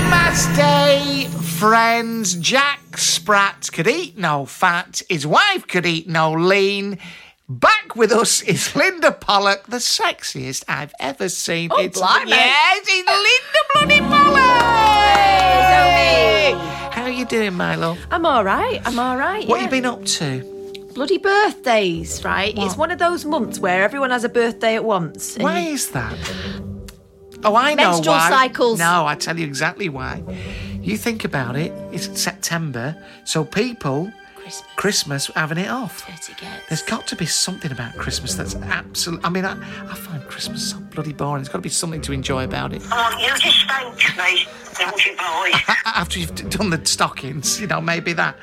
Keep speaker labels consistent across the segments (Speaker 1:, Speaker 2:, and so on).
Speaker 1: Namaste, friends. Jack Sprat could eat no fat. His wife could eat no lean. Back with us is Linda Pollock, the sexiest I've ever seen.
Speaker 2: Oh, blimey.
Speaker 1: yes, it's Linda Bloody Pollock. How are you doing, my love?
Speaker 2: I'm all right. I'm all right.
Speaker 1: What
Speaker 2: yeah.
Speaker 1: you been up to?
Speaker 2: Bloody birthdays, right? It's one of those months where everyone has a birthday at once. and
Speaker 1: Why
Speaker 2: you-
Speaker 1: is that? Oh, I know
Speaker 2: Menstrual
Speaker 1: why.
Speaker 2: cycles.
Speaker 1: No, I tell you exactly why. You think about it. It's September, so people
Speaker 2: Christmas.
Speaker 1: Christmas having it off.
Speaker 2: Dirty gets.
Speaker 1: There's got to be something about Christmas that's absolute. I mean, I, I find Christmas so bloody boring. There's got to be something to enjoy about it.
Speaker 3: Oh, you just thanked me, naughty boy.
Speaker 1: A- After you've d- done the stockings, you know, maybe that.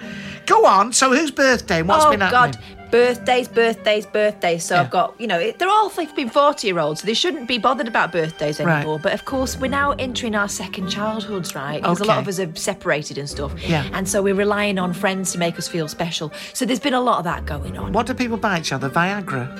Speaker 1: Go on. So, whose birthday and what's
Speaker 2: oh
Speaker 1: been happening?
Speaker 2: God, birthdays, birthdays, birthdays. So I've got, you know, it, they're all flipping forty-year-olds, so they shouldn't be bothered about birthdays
Speaker 1: Right.
Speaker 2: anymore. But of course, we're now entering our second childhoods, right? Because a lot
Speaker 1: Okay.
Speaker 2: of us are separated and stuff.
Speaker 1: Yeah.
Speaker 2: And so we're relying on friends to make us feel special. So there's been a lot of that going on.
Speaker 1: What do people buy each other? Viagra.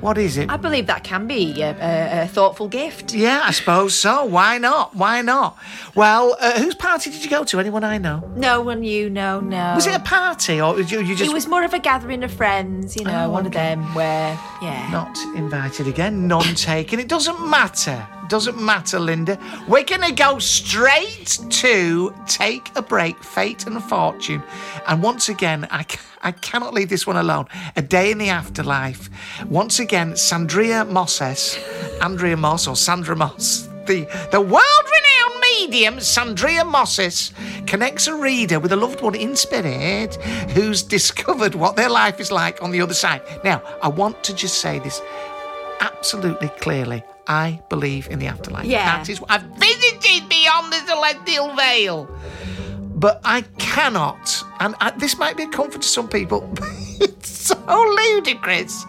Speaker 1: What is it?
Speaker 2: I believe that can be a, a, a thoughtful gift.
Speaker 1: yeah, I suppose so. Why not? Why not? Well, uh, whose party did you go to? Anyone I know?
Speaker 2: No one you know, no.
Speaker 1: Was it a party or did you, you just
Speaker 2: It was more of a gathering of friends, you know,
Speaker 1: Oh,
Speaker 2: one of
Speaker 1: okay.
Speaker 2: them where, yeah.
Speaker 1: Not invited again, none taken. It doesn't matter. Doesn't matter, Linda. We're going to go straight to Take a Break, Fate and Fortune. And once again, I, ca- I cannot leave this one alone. A Day in the Afterlife. Once again, Sandria Mosses, Andrea Moss or Sandra Moss, the, the world renowned medium, Sandria Mosses, connects a reader with a loved one in spirit who's discovered what their life is like on the other side. Now, I want to just say this absolutely clearly. I believe in the afterlife.
Speaker 2: Yeah.
Speaker 1: That is what I've visited beyond the celestial veil. But I cannot, and I, this might be a comfort to some people, it's so ludicrous.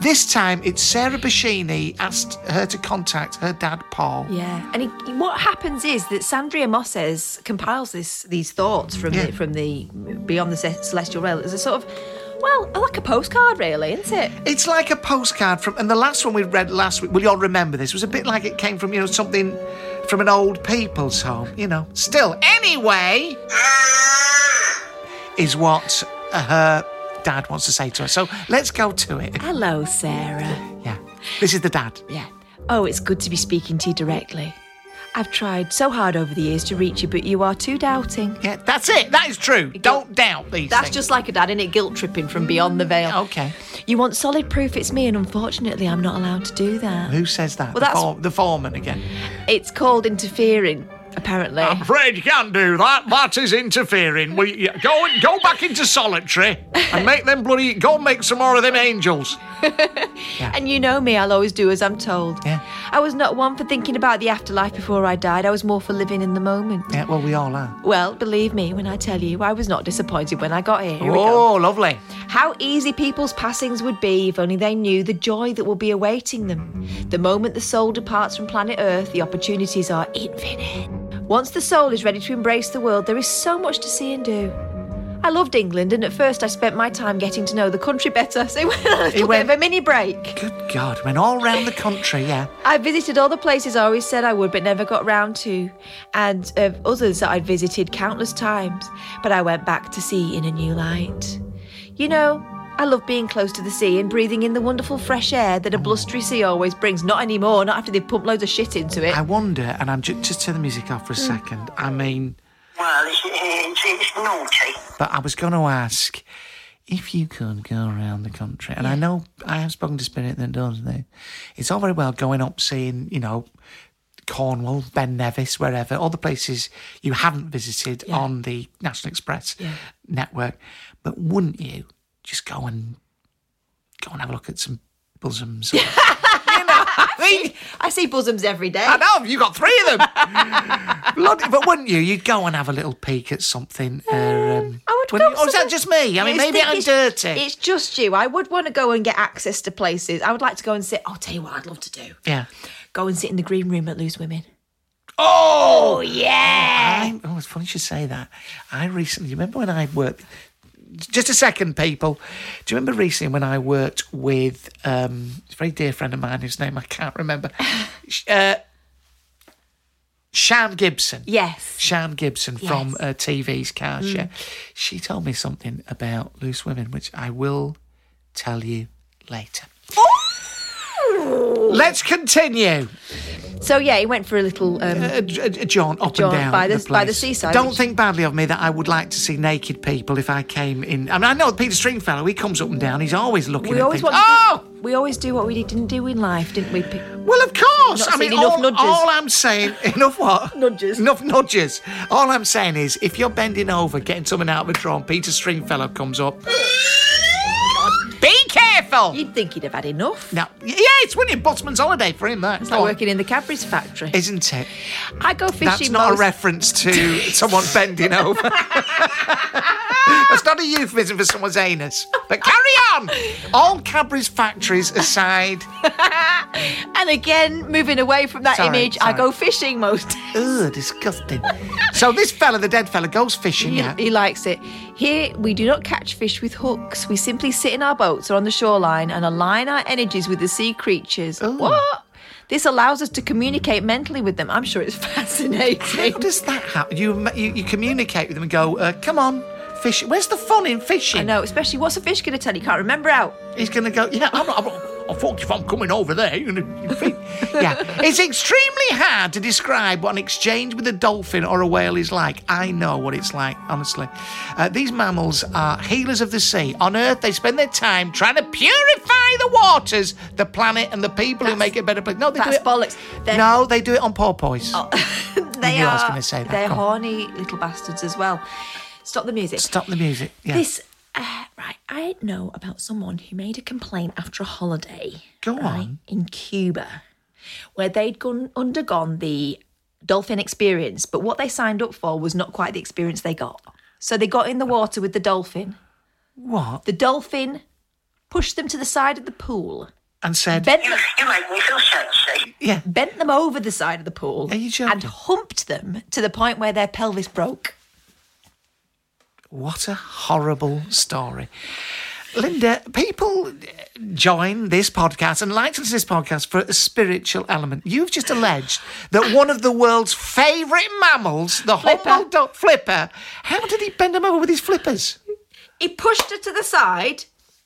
Speaker 1: This time it's Sarah Bashini asked her to contact her dad, Paul.
Speaker 2: Yeah, and he, what happens is that Sandria Mosses compiles this these thoughts from
Speaker 1: Yeah.
Speaker 2: the, from the beyond the ce- celestial rail. It's a sort of, well, like a postcard, really, isn't it?
Speaker 1: It's like a postcard from, and the last one we read last week, well, you'll remember this, was a bit like it came from, you know, something from an old people's home, you know. Still, anyway, is what uh, her dad wants to say to her. So let's go to it.
Speaker 2: Hello, Sarah.
Speaker 1: Yeah. This is the dad.
Speaker 2: Yeah. Oh, it's good to be speaking to you directly. I've tried so hard over the years to reach you, but you are too doubting.
Speaker 1: Yeah, that's it. That is true. Don't doubt these
Speaker 2: That's
Speaker 1: things.
Speaker 2: just like a dad, innit? Guilt tripping from beyond the veil.
Speaker 1: Okay.
Speaker 2: You want solid proof it's me, and unfortunately, I'm not allowed to do that.
Speaker 1: Who says that?
Speaker 2: Well,
Speaker 1: the,
Speaker 2: that's-
Speaker 1: for- the foreman again. Oh,
Speaker 2: It's called interfering, apparently.
Speaker 1: afraid you can't do that. That is interfering. We, go go back into solitary and make them bloody. Go and make some more of them angels.
Speaker 2: And you know me, I'll always do as I'm told.
Speaker 1: Yeah.
Speaker 2: I was not one for thinking about the afterlife before I died, I was more for living in the moment.
Speaker 1: Yeah, well, we all are.
Speaker 2: Well, believe me when I tell you, I was not disappointed when I got here. Here we go.
Speaker 1: oh, lovely.
Speaker 2: How easy people's passings would be if only they knew the joy that will be awaiting them. The moment the soul departs from planet Earth, the opportunities are infinite. Once the soul is ready to embrace the world, there is so much to see and do. I loved England, and at first I spent my time getting to know the country better. So it went on a little
Speaker 1: went-
Speaker 2: bit of a mini break.
Speaker 1: Good God, went all round the country, yeah.
Speaker 2: I visited all the places I always said I would, but never got round to, and uh, others that I'd visited countless times, but I went back to see in a new light. You know, I love being close to the sea and breathing in the wonderful fresh air that a blustery sea always brings. Not anymore, not after they've pumped loads of shit into it.
Speaker 1: I wonder, and I'm just, just turn the music off for a second. I mean,
Speaker 3: Well, it's, it's, it's naughty.
Speaker 1: but I was going to ask if you could go around the country, and I know I have spoken to Spirit that does this. It's all very well going up, seeing, you know, Cornwall, Ben Nevis, wherever, all the places you haven't visited on the National Express network. But wouldn't you just go and go and have a look at some bosoms? you know, I mean,
Speaker 2: I see bosoms every day.
Speaker 1: I know you got three of them. Bloody- but wouldn't you? You'd go and have a little peek at something. Uh, um,
Speaker 2: I would
Speaker 1: wouldn't
Speaker 2: go
Speaker 1: you? Or is that
Speaker 2: somewhere-
Speaker 1: just me? I mean,
Speaker 2: It's
Speaker 1: maybe
Speaker 2: the-
Speaker 1: I'm
Speaker 2: it's-
Speaker 1: dirty.
Speaker 2: It's just you. I would want to go and get access to places. I would like to go and sit. I'll tell you what I'd love to do.
Speaker 1: yeah.
Speaker 2: Go and sit in the green room at Loose Women.
Speaker 1: Oh yeah. I, oh, it's funny you should say that. I recently you remember when I worked. Just a second, people. Do you remember recently when I worked with um, a very dear friend of mine whose name I can't remember? Sh- uh, Shan Gibson.
Speaker 2: Yes.
Speaker 1: Shan Gibson from
Speaker 2: Yes. Mm.
Speaker 1: uh, TV's Car Share. She told me something about loose women, which I will tell you later. Let's continue.
Speaker 2: So yeah, he went for a little. Um,
Speaker 1: A, a, a jaunt up
Speaker 2: jaunt
Speaker 1: and down
Speaker 2: by the- by the
Speaker 1: place.
Speaker 2: seaside,
Speaker 1: Don't
Speaker 2: which-
Speaker 1: think badly of me that I would like to see naked people if I came in. I mean, I know Peter Stringfellow. He comes up and down. He's always looking.
Speaker 2: we
Speaker 1: at
Speaker 2: always
Speaker 1: things.
Speaker 2: want.
Speaker 1: Oh.
Speaker 2: To do, we always do what we didn't do in life, didn't we? Pe-
Speaker 1: Well, of course.
Speaker 2: Not
Speaker 1: Oh, I mean,
Speaker 2: seen enough
Speaker 1: all,
Speaker 2: nudges.
Speaker 1: all I'm saying, enough what?
Speaker 2: Nudges.
Speaker 1: Enough nudges. All I'm saying is, if you're bending over, getting something out of a drawer, and Peter Stringfellow comes up. be careful.
Speaker 2: You'd think he'd have had enough.
Speaker 1: Now, yeah, it's winning Bottom's holiday for him. That
Speaker 2: It's like working in the Cadbury's factory.
Speaker 1: isn't it?
Speaker 2: I go fishing.
Speaker 1: That's not
Speaker 2: most-
Speaker 1: a reference to someone bending over. That's not a euphemism for someone's anus. But carry on. All Cadbury's factories aside.
Speaker 2: And again, moving away from that
Speaker 1: Sorry,
Speaker 2: image,
Speaker 1: sorry.
Speaker 2: I go fishing most. days.
Speaker 1: Ugh, disgusting. so this fella, the dead fella, goes fishing.
Speaker 2: He,
Speaker 1: yeah.
Speaker 2: he likes it. Here, we do not catch fish with hooks. We simply sit in our boats or on the shoreline and align our energies with the sea creatures. What? This allows us to communicate mentally with them. I'm sure it's fascinating.
Speaker 1: How does that happen? You, you you communicate with them and go, uh, come on, fish. Where's the fun in fishing?
Speaker 2: I know, especially what's a fish going to tell you? Can't remember out.
Speaker 1: He's going to go, yeah, I'm, I'm, I thought if I'm coming over there, you're going to. yeah. It's extremely hard to describe what an exchange with a dolphin or a whale is like. I know what it's like, honestly. Uh, these mammals are healers of the sea. On Earth, they spend their time trying to purify the waters, the planet, and the people who
Speaker 2: That's-
Speaker 1: make it a better place. No, they
Speaker 2: That's
Speaker 1: do it.
Speaker 2: bollocks. Oh. They're,
Speaker 1: No, they do it on porpoise.
Speaker 2: they
Speaker 1: knew
Speaker 2: are.
Speaker 1: I was gonna say that.
Speaker 2: They're
Speaker 1: Go on.
Speaker 2: horny little bastards as well. Stop the music.
Speaker 1: Stop the music. Yeah.
Speaker 2: This. Uh, right, I know about someone who made a complaint after a holiday.
Speaker 1: Go
Speaker 2: right,
Speaker 1: on.
Speaker 2: In Cuba, where they'd gone undergone the dolphin experience, but what they signed up for was not quite the experience they got. So they got in the water with the dolphin.
Speaker 1: What?
Speaker 2: The dolphin pushed them to the side of the pool,
Speaker 1: And said,
Speaker 2: bent
Speaker 3: You,
Speaker 2: them,
Speaker 3: you make me feel sexy.
Speaker 1: yeah.
Speaker 2: bent them over the side of the pool,
Speaker 1: Are you joking?
Speaker 2: and humped them to the point where their pelvis broke.
Speaker 1: What a horrible story. Linda, people join this podcast and like to listen to this podcast for a spiritual element. You've just alleged that one of the world's favourite mammals, the
Speaker 2: Flipper.
Speaker 1: humble do- flipper, how did he bend him over with his flippers?
Speaker 2: He pushed her to the side.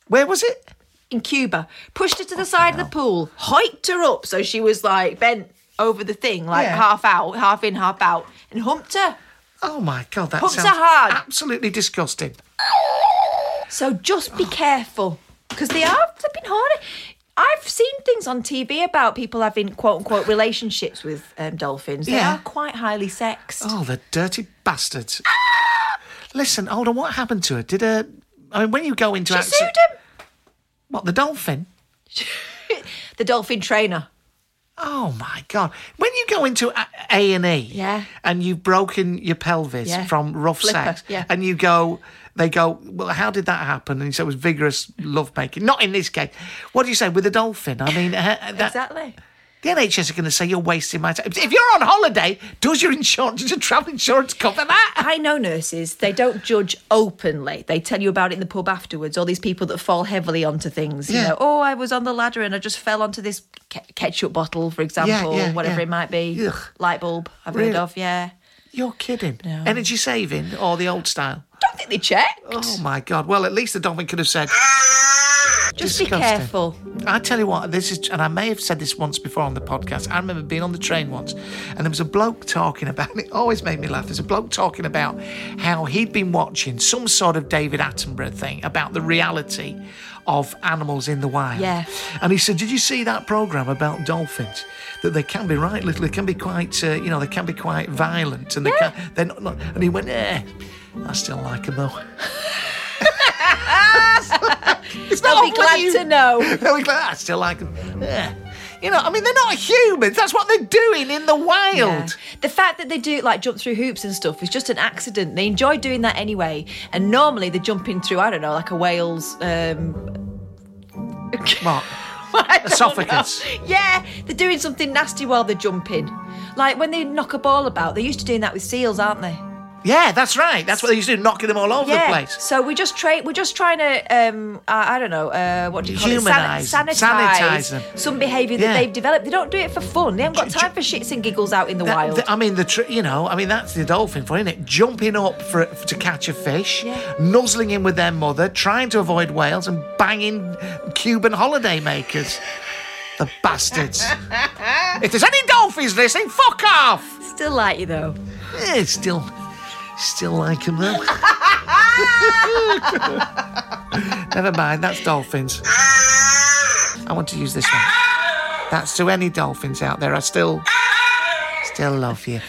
Speaker 1: Where was it?
Speaker 2: in Cuba, pushed her to the side of the pool, hiked her up so she was like bent over the thing, like
Speaker 1: Yeah.
Speaker 2: half out, half in, half out, and humped her.
Speaker 1: Oh my God, that
Speaker 2: Pumps
Speaker 1: sounds
Speaker 2: are hard.
Speaker 1: absolutely disgusting.
Speaker 2: So just be careful because they are flipping hard. I've seen things on TV about people having quote unquote relationships with um, dolphins. They
Speaker 1: Yeah.
Speaker 2: are quite highly sexed.
Speaker 1: Oh, the dirty bastards. Listen, hold on, what happened to her? Did her. I mean, when you go into
Speaker 2: She
Speaker 1: accident-
Speaker 2: sued him.
Speaker 1: What, the dolphin?
Speaker 2: The dolphin trainer.
Speaker 1: Oh my god! When you go into A and E,
Speaker 2: Yeah.
Speaker 1: and you've broken your pelvis
Speaker 2: Yeah.
Speaker 1: from rough
Speaker 2: Flipper,
Speaker 1: sex,
Speaker 2: yeah.
Speaker 1: and you go, they go, well, how did that happen? And you say it was vigorous lovemaking. Not in this case. What do you say with a dolphin? I mean, uh, that,
Speaker 2: Exactly.
Speaker 1: The NHS are going to say you're wasting my time. If you're on holiday, does your insurance, does your travel insurance cover that?
Speaker 2: I know nurses, they don't judge openly. They tell you about it in the pub afterwards. All these people that fall heavily onto things,
Speaker 1: Yeah.
Speaker 2: you know, oh, I was on the ladder and I just fell onto this ke- ketchup bottle, for example,
Speaker 1: yeah,
Speaker 2: whatever
Speaker 1: yeah.
Speaker 2: it might be.
Speaker 1: Ugh.
Speaker 2: Light bulb, I've
Speaker 1: Really?
Speaker 2: heard of, yeah.
Speaker 1: You're kidding. Energy saving or the old style?
Speaker 2: Don't think they checked.
Speaker 1: Oh my God. Well, at least the dolphin could have said,
Speaker 2: just be
Speaker 1: disgusting.
Speaker 2: careful.
Speaker 1: I tell you what, this is, and I may have said this once before on the podcast. I remember being on the train once, and there was a bloke talking about, and it always made me laugh. There's a bloke talking about how he'd been watching some sort of David Attenborough thing about the reality of animals in the wild.
Speaker 2: Yeah.
Speaker 1: And he said, Did you see that programme about dolphins? That they can be right little, they can be quite, uh, you know, they can be quite violent, and they can, they're not, not, and he went, Eh, I still like them though. It's not
Speaker 2: They'll be
Speaker 1: awful,
Speaker 2: glad
Speaker 1: you-
Speaker 2: to know.
Speaker 1: They'll be glad. I still like them. Yeah. You know, I mean, they're not humans. That's what they're doing in the wild.
Speaker 2: Yeah. The fact that they do like jump through hoops and stuff is just an accident. They enjoy doing that anyway. And normally they're jumping through, I don't know, like a whale's. Um,
Speaker 1: Mark,
Speaker 2: I don't
Speaker 1: Esophagus.
Speaker 2: know. Yeah, they're doing something nasty while they're jumping. Like when they knock a ball about, they're used to doing that with seals, aren't they?
Speaker 1: Yeah, that's right. That's what they used to do, knocking them all over
Speaker 2: yeah.
Speaker 1: the place.
Speaker 2: So we just try. We're just trying to. Um, I, I don't know. Uh, what do you call it?
Speaker 1: Humanise them, sanitise them.
Speaker 2: some behaviour that
Speaker 1: Yeah.
Speaker 2: they've developed. They don't do it for fun. They haven't got
Speaker 1: Ju- ju-
Speaker 2: time for shits and giggles out in the
Speaker 1: That-
Speaker 2: wild.
Speaker 1: th- I mean, the tr- you know, I mean that's the dolphin for isn't it? Jumping up for, for to catch a fish,
Speaker 2: Yeah.
Speaker 1: nuzzling in with their mother, trying to avoid whales, and banging Cuban holidaymakers. the bastards! if there's any dolphins listening, fuck off.
Speaker 2: Still like you though.
Speaker 1: Eh, still, still like them though. Never mind, that's dolphins. I want to use this one. That's to any dolphins out there. I still, still love you.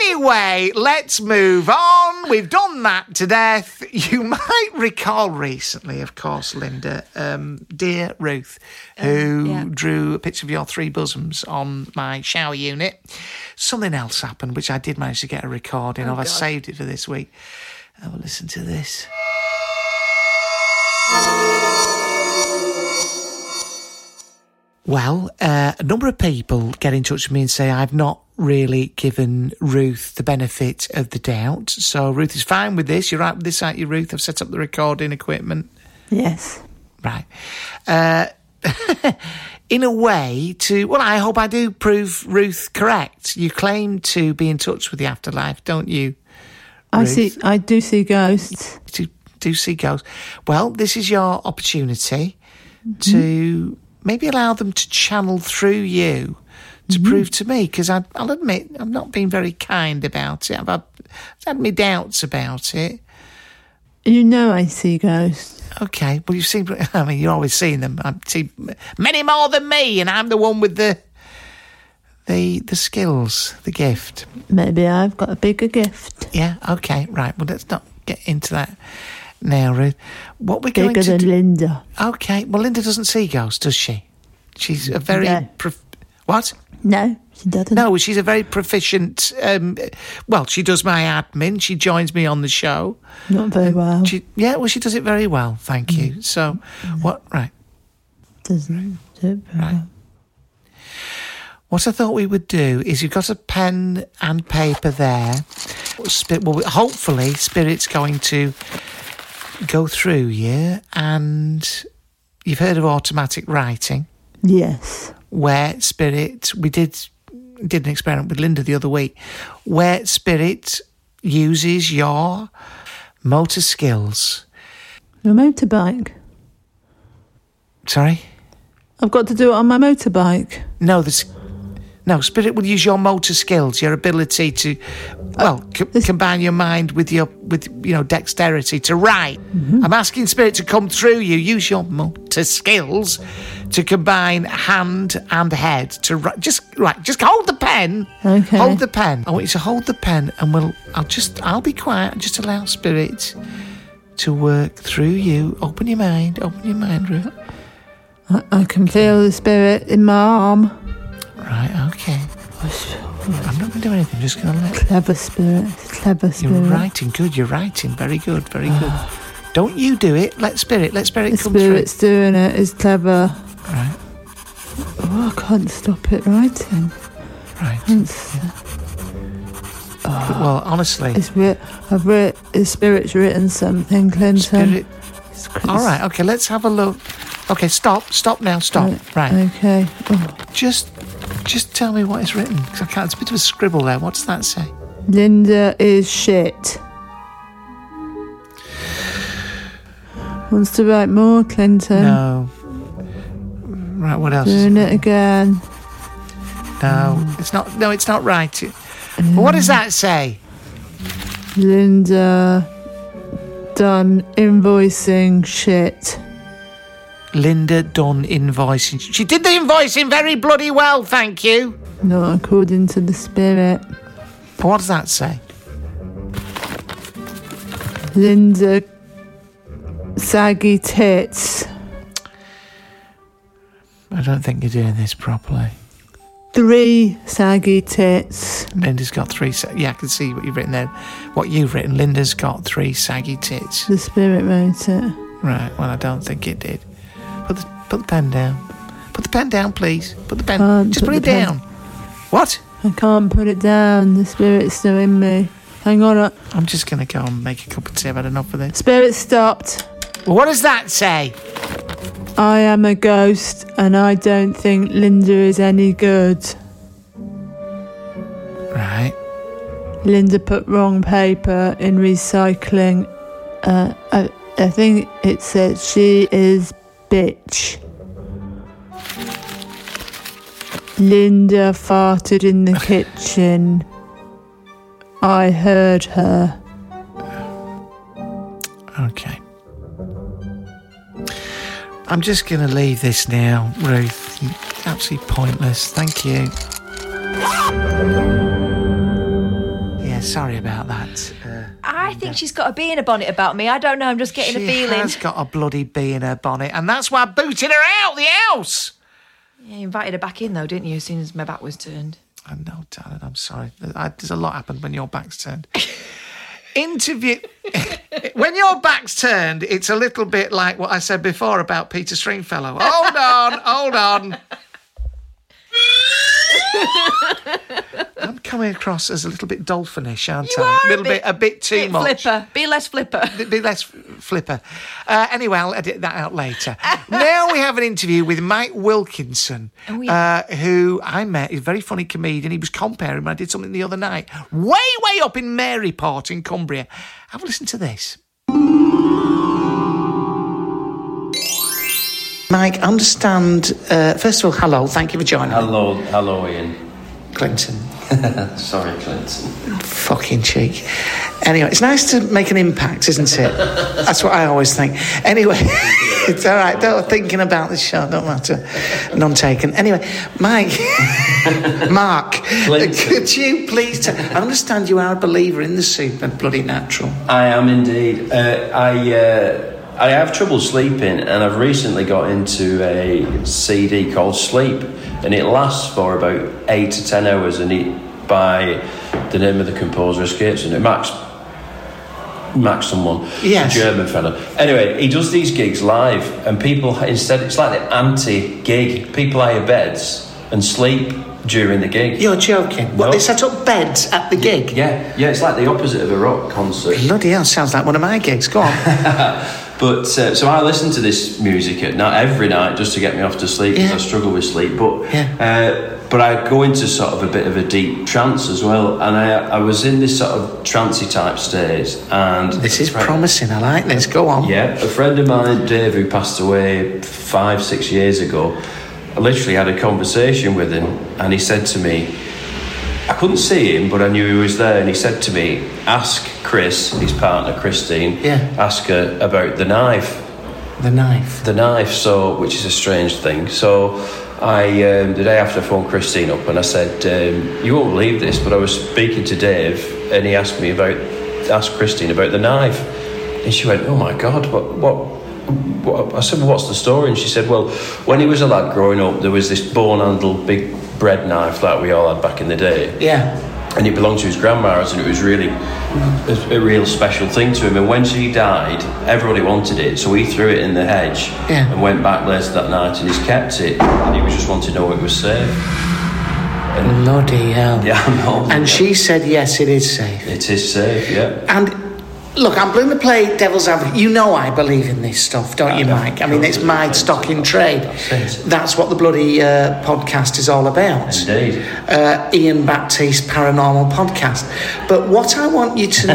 Speaker 1: Anyway, let's move on. We've done that to death. You might recall recently, of course, Linda, um, dear Ruth, who
Speaker 2: yeah.
Speaker 1: drew a picture of your three bosoms on my shower unit. Something else happened, which I did manage to get a recording of. I saved it for this week. Have a listen to this. Well, uh, a number of people get in touch with me and say I've not really given Ruth the benefit of the doubt. So Ruth is fine with this. You're right with this, aren't you, Ruth? I've set up the recording equipment.
Speaker 4: Yes.
Speaker 1: Right. Uh, in a way, to well, I hope I do prove Ruth correct. You claim to be in touch with the afterlife, don't you?
Speaker 4: I
Speaker 1: Ruth?
Speaker 4: see. I do see ghosts.
Speaker 1: to do see ghosts. Well, this is your opportunity to maybe allow them to channel through you to
Speaker 4: Mm-hmm.
Speaker 1: prove to me, because I'll admit I've not been very kind about it. I've had, I've had my doubts about it.
Speaker 4: You know I see ghosts.
Speaker 1: Okay, well, you've seen, I mean, you're always seeing them. I've seen many more than me, and I'm the one with the. The, the skills, the gift.
Speaker 4: Maybe I've got a bigger gift.
Speaker 1: Yeah, okay, right. Well, let's not get into that now, Ruth. What we're going
Speaker 4: Bigger
Speaker 1: to
Speaker 4: than
Speaker 1: do-
Speaker 4: Linda.
Speaker 1: Okay. Well, Linda doesn't see ghosts, does she? She's a very
Speaker 4: No.
Speaker 1: prof- what?
Speaker 4: No, she doesn't.
Speaker 1: No, she's a very proficient. Um, well, she does my admin. She joins me on the show.
Speaker 4: Not very well.
Speaker 1: She, yeah, well, she does it very well. Thank you. So, what? Right.
Speaker 4: doesn't do it very well.
Speaker 1: What I thought we would do is you've got a pen and paper there. Spi- Well, hopefully, spirit's going to go through you, and you've heard of automatic writing.
Speaker 4: Yes.
Speaker 1: where spirit we did did an experiment with Linda the other week where spirit uses your motor skills
Speaker 4: Your motorbike.
Speaker 1: sorry
Speaker 4: I've got to do it on my motorbike.
Speaker 1: no this no spirit will use your motor skills your ability to well
Speaker 4: Uh,
Speaker 1: c- combine your mind with your with you know dexterity to write
Speaker 4: Mm-hmm.
Speaker 1: i'm asking spirit to come through you use your motor skills to combine hand and head to write just right just hold the pen
Speaker 4: Okay.
Speaker 1: Hold the pen. I want you to hold the pen, and we'll. I'll just. I'll be quiet and just allow spirit to work through you. Open your mind. Open your mind, Ruth.
Speaker 4: I, I can feel the spirit in my arm.
Speaker 1: Right. Okay. I'm not going to do anything. I'm just going to let.
Speaker 4: Clever spirit. Clever
Speaker 1: You're
Speaker 4: spirit. Ah.
Speaker 1: writing good. You're writing very good. Very good. Don't you do it. Let spirit. Let spirit
Speaker 4: The
Speaker 1: come
Speaker 4: spirit's doing it. It's clever.
Speaker 1: through. Right.
Speaker 4: Oh, I can't stop it writing.
Speaker 1: Right.
Speaker 4: It's,
Speaker 1: well, honestly.
Speaker 4: Ah. it's writ, I've writ, the spirit's written something, Clinton.
Speaker 1: Spirit-
Speaker 4: It's crazy.
Speaker 1: All right. Okay. Let's have a look. Okay. Stop. Stop now. Stop. Right.
Speaker 4: Okay. Oh,
Speaker 1: Just, just tell me what is written. 'cause I can't. It's a bit of a scribble there. What's that say?
Speaker 4: Linda is shit. Wants to write more, Clinton.
Speaker 1: no. Right. What else?
Speaker 4: Doing it again.
Speaker 1: No. It's not. No. It's not right. It- What does that say?
Speaker 4: Linda done invoicing shit.
Speaker 1: Linda Dunn invoicing. She did the invoicing very bloody well. Thank you.
Speaker 4: Not according to the spirit.
Speaker 1: What does that say?
Speaker 4: Linda saggy tits.
Speaker 1: I don't think you're doing this properly.
Speaker 4: Three saggy tits.
Speaker 1: Linda's got three. Sa- yeah, I can see what you've written there. What you've written. Linda's got three saggy tits.
Speaker 4: The spirit wrote it.
Speaker 1: Right. Well, I don't think it did. Put the put the pen down. Put the pen down, please. Put the pen.
Speaker 4: Can't
Speaker 1: just put,
Speaker 4: put
Speaker 1: it
Speaker 4: the pen.
Speaker 1: down. What?
Speaker 4: I can't put it down. The spirit's still in me. Hang on. uh,
Speaker 1: I'm just gonna go and make a cup of tea. I've had enough of this.
Speaker 4: Spirit stopped.
Speaker 1: Well, what does that say?
Speaker 4: I am a ghost and I don't think Linda is any good.
Speaker 1: Right.
Speaker 4: Linda put wrong paper in recycling. Uh, I, I think it said she is bitch. Linda farted in the kitchen. I heard her.
Speaker 1: Okay. I'm just gonna leave this now, Ruth. Absolutely pointless. Thank you. Yeah, sorry about that. Uh,
Speaker 2: I think she's got a bee in a bonnet about me. I don't know. I'm just getting
Speaker 1: she
Speaker 2: a feeling.
Speaker 1: has got a bloody bee in her bonnet, and that's why I booted her out the house.
Speaker 2: Yeah, you invited her back in though, didn't you? As soon as my back was turned.
Speaker 1: I know, darling. I'm sorry. I, there's a lot happened when your back's turned. Interview. when your back's turned, it's a little bit like what I said before about Peter Stringfellow. Oh, Hold on, hold on. I'm coming across as a little bit dolphinish, aren't I?
Speaker 2: You are a
Speaker 1: little
Speaker 2: bit-
Speaker 1: a bit too
Speaker 2: Bit
Speaker 1: much.
Speaker 2: flipper. Be less flipper.
Speaker 1: Be less flipper. Uh, anyway, I'll edit that out later. now we have an interview with Mike Wilkinson,
Speaker 2: Oh,
Speaker 1: uh, who I met. He's a very funny comedian. He was comparing when I did something the other night, way, way up in Maryport in Cumbria. Have a listen to this.
Speaker 5: Mike, understand. Uh, first of all, hello. Thank you for joining. me.
Speaker 6: Hello, hello, Ian.
Speaker 5: Clinton.
Speaker 6: Sorry, Clinton.
Speaker 5: Fucking cheek. Anyway, it's nice to make an impact, isn't it? That's what I always think. Anyway, it's all right. Don't thinking about the show. Don't matter. None taken. Anyway, Mike, Mark,
Speaker 6: Clinton.
Speaker 5: could you please? T- I understand you are a believer in the super bloody natural.
Speaker 6: I am indeed. Uh, I uh, I have trouble sleeping, and I've recently got into a CD called Sleep, and it lasts for about eight to ten hours, and it by the name of the composer escapes, and it Max Max someone,
Speaker 5: Yes.
Speaker 6: a German fella. Anyway, he does these gigs live, and people instead it's like the anti-gig. People hire beds and sleep during the gig.
Speaker 5: You're joking. What
Speaker 6: No.
Speaker 5: they set up beds at the gig.
Speaker 6: Yeah, yeah, it's like the opposite of a rock concert.
Speaker 5: Bloody hell! Sounds like one of my gigs. Go on.
Speaker 6: But uh, so I listen to this music at night every night just to get me off to sleep because
Speaker 5: Yeah.
Speaker 6: I struggle with sleep. But
Speaker 5: Yeah.
Speaker 6: uh, but I go into sort of a bit of a deep trance as well, and I I was in this sort of trancey type state, and
Speaker 5: This is
Speaker 6: Right.
Speaker 5: promising. I like this. Go on.
Speaker 6: Yeah, a friend of mine, Dave, who passed away five, six years ago, I literally had a conversation with him, and he said to me, I couldn't see him, but I knew he was there, and he said to me, Ask Chris, his partner Christine,
Speaker 5: Yeah.
Speaker 6: ask her about the knife
Speaker 5: The knife.
Speaker 6: the knife, so which is a strange thing. So I um, the day after I phoned Christine up and I said, um, "You won't believe this, but I was speaking to Dave and he asked me about asked Christine about the knife, and she went, "Oh my God, what what?" what- I said, well, "What's the story?" And she said, "Well, when he was a lad growing up, there was this bone handle big bread knife that we all had back in the day."
Speaker 5: Yeah.
Speaker 6: and it belonged to his grandma's, and it was really a, a real special thing to him. And when she died, everybody wanted it, so he threw it in the hedge
Speaker 5: Yeah.
Speaker 6: and went back later that night, and he's kept it. And he was just wanting to know it was safe.
Speaker 5: Bloody hell.
Speaker 6: Yeah, I know.
Speaker 5: And she said, yes, it is safe.
Speaker 6: It is safe, yeah.
Speaker 5: And look, I'm going to play devil's advocate. You know I believe in this stuff, don't you, Mike? I mean, it's my stock in trade.
Speaker 6: That's it.
Speaker 5: That's what the bloody uh, podcast is all about.
Speaker 6: Indeed.
Speaker 5: uh, Ian Baptiste Paranormal Podcast. But what I want you to,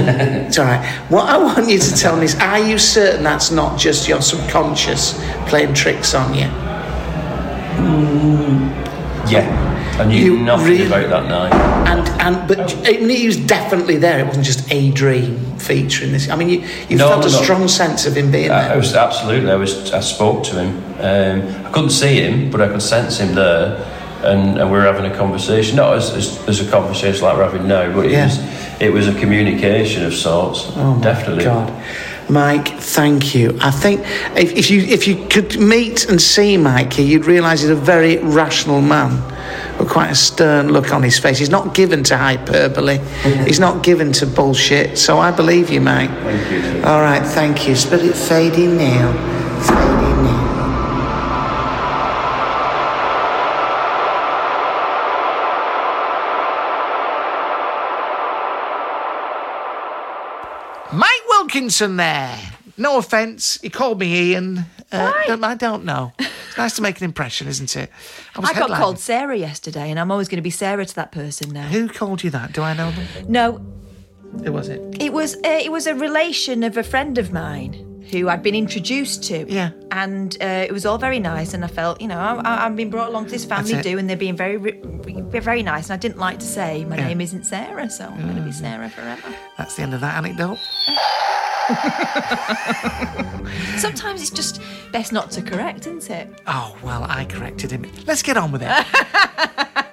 Speaker 5: it's all right. What I want you to tell me is, are you certain that's not just your subconscious playing tricks on you?
Speaker 6: Yeah. I knew
Speaker 5: Mm. You
Speaker 6: nothing
Speaker 5: really-
Speaker 6: about that night.
Speaker 5: And and but
Speaker 6: Oh.
Speaker 5: it, it was definitely there. It wasn't just a dream featuring this. I mean, you you
Speaker 6: No,
Speaker 5: felt a
Speaker 6: no. Uh,
Speaker 5: strong sense of him being
Speaker 6: I, I
Speaker 5: there.
Speaker 6: was absolutely. I was. I spoke to him. Um, I couldn't see him, but I could sense him there, and, and we were having a conversation. Not as, as, as a conversation like we're having now, but it
Speaker 5: Yeah.
Speaker 6: was it was a communication of sorts.
Speaker 5: Oh my
Speaker 6: definitely.
Speaker 5: God. Mike, thank you. I think if, if you if you could meet and see Mike here, you'd realise he's a very rational man with quite a stern look on his face. He's not given to hyperbole. He's not given to bullshit. So I believe you, Mike. Thank you. All right, thank you. Spirit fading now. Fading now.
Speaker 1: Mike Wilkinson there. No offence. He called me Ian. Uh, don't- I don't know. It's nice to make an impression, isn't it? was
Speaker 2: I got
Speaker 1: headlining.
Speaker 2: called Sarah yesterday, and I'm always going to be Sarah to that person now.
Speaker 1: Who called you that? Do I know them?
Speaker 2: No,
Speaker 1: Who was it?
Speaker 2: It was uh, it was a relation of a friend of mine who I'd been introduced to.
Speaker 1: Yeah.
Speaker 2: And uh, it was all very nice, and I felt you know I, I, I've been brought along to this family
Speaker 1: That's it.
Speaker 2: do, and they're being very re- re- very nice, and I didn't like to say my name isn't Sarah, so I'm going to be Sarah forever.
Speaker 1: Uh, That's the end of that anecdote. Mm.
Speaker 2: Sometimes it's just best not to correct, isn't it?
Speaker 1: Oh, well, I corrected him. Let's get on with it.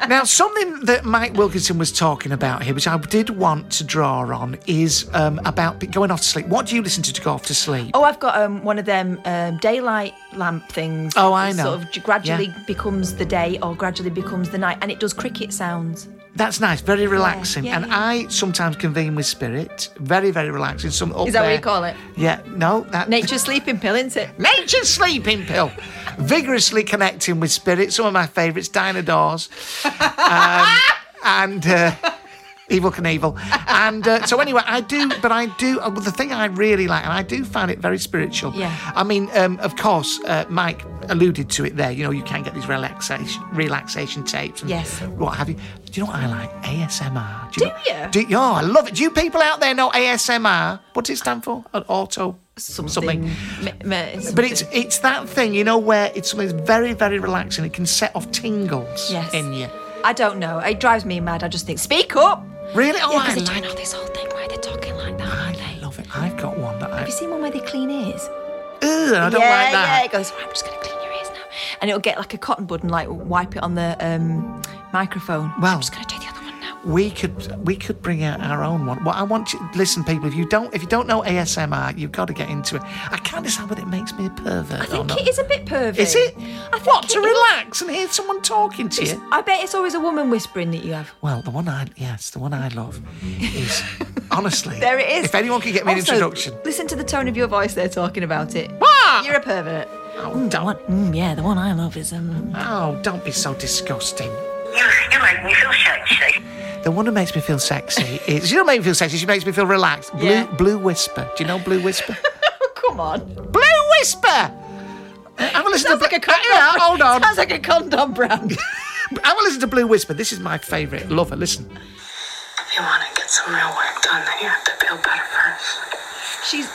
Speaker 1: now, something that Mike Wilkinson was talking about here, which I did want to draw on, is um, about going off to sleep. What do you listen to to go off to sleep?
Speaker 2: Oh, I've got um, one of them um, daylight lamp things.
Speaker 1: Oh, I
Speaker 2: that
Speaker 1: know.
Speaker 2: Sort of j- gradually becomes the day, or gradually becomes the night, and it does cricket sounds.
Speaker 1: That's nice, very relaxing.
Speaker 2: yeah,
Speaker 1: and
Speaker 2: yeah.
Speaker 1: I sometimes convene with spirit. Very, very relaxing. Some up
Speaker 2: Is that what
Speaker 1: there.
Speaker 2: you call it?
Speaker 1: Yeah, no, that
Speaker 2: Nature's sleeping pill, isn't it?
Speaker 1: Nature's sleeping pill. Vigorously connecting with spirit. Some of my favourites, Dinosaurs um, and uh, Evil Knievel. And uh, so anyway, I do, but I do, uh, well, the thing I really like, and I do find it very spiritual.
Speaker 2: Yeah.
Speaker 1: I mean, um, of course, uh, Mike alluded to it there. You know, you can get these relaxation relaxation tapes and
Speaker 2: Yes.
Speaker 1: what have you. Do you know what I like? ASMR. Do
Speaker 2: Do
Speaker 1: know-
Speaker 2: you?
Speaker 1: Do, oh, I love it. Do you people out there know ASMR? What does it stand for? An auto something.
Speaker 2: M- m-
Speaker 1: But it's
Speaker 2: something.
Speaker 1: it's that thing, you know, where it's something that's very, very relaxing. It can set off tingles
Speaker 2: Yes.
Speaker 1: in you.
Speaker 2: I don't know. It drives me mad. I just think, speak up.
Speaker 1: Really? Oh,
Speaker 2: yeah,
Speaker 1: I
Speaker 2: because they're
Speaker 1: like
Speaker 2: doing all this whole thing where they're talking like that, aren't they?
Speaker 1: I love it. I've got one that I.
Speaker 2: Have you seen one where they clean ears?
Speaker 1: Ugh, I don't like
Speaker 2: yeah, yeah.
Speaker 1: that.
Speaker 2: It goes, right, I'm just going to clean your ears now, and it'll get like a cotton bud and like wipe it on the um, microphone.
Speaker 1: Well-
Speaker 2: I'm just going to do the other one now.
Speaker 1: We could we could bring out our own one. What I want you listen, people. If you don't if you don't know ASMR, you've got to get into it. I can't decide whether it makes me a pervert
Speaker 2: I
Speaker 1: or
Speaker 2: think
Speaker 1: not.
Speaker 2: it is a bit pervy.
Speaker 1: uh, oh, Is it?
Speaker 2: I think
Speaker 1: what to
Speaker 2: it is.
Speaker 1: relax and hear someone talking to you?
Speaker 2: I bet it's always a woman whispering that you have.
Speaker 1: Well, the one I yes, the one I love is honestly.
Speaker 2: There it is.
Speaker 1: If anyone could get me an
Speaker 2: Also,
Speaker 1: introduction.
Speaker 2: Listen to the tone of your voice. They're talking about it.
Speaker 1: What?
Speaker 2: You're a pervert.
Speaker 1: Oh, don't,
Speaker 2: Mm, yeah, the one I love is um.
Speaker 1: oh, don't be so disgusting.
Speaker 3: You, you make me feel sexy.
Speaker 1: The one who makes me feel sexy is she don't make me feel sexy. She makes me feel relaxed. Blue
Speaker 2: Yeah.
Speaker 1: Blue Whisper. Do you know Blue Whisper?
Speaker 2: Come on.
Speaker 1: Blue Whisper. Uh, Have a listen to
Speaker 2: Sounds
Speaker 1: Blue-
Speaker 2: like a condom.
Speaker 1: Yeah, hold on.
Speaker 2: Sounds like a condom brand.
Speaker 1: Have a listen to Blue Whisper. This is my favourite. Love her. Listen.
Speaker 3: If you want to get some real work done, then you have to feel better first.
Speaker 2: she's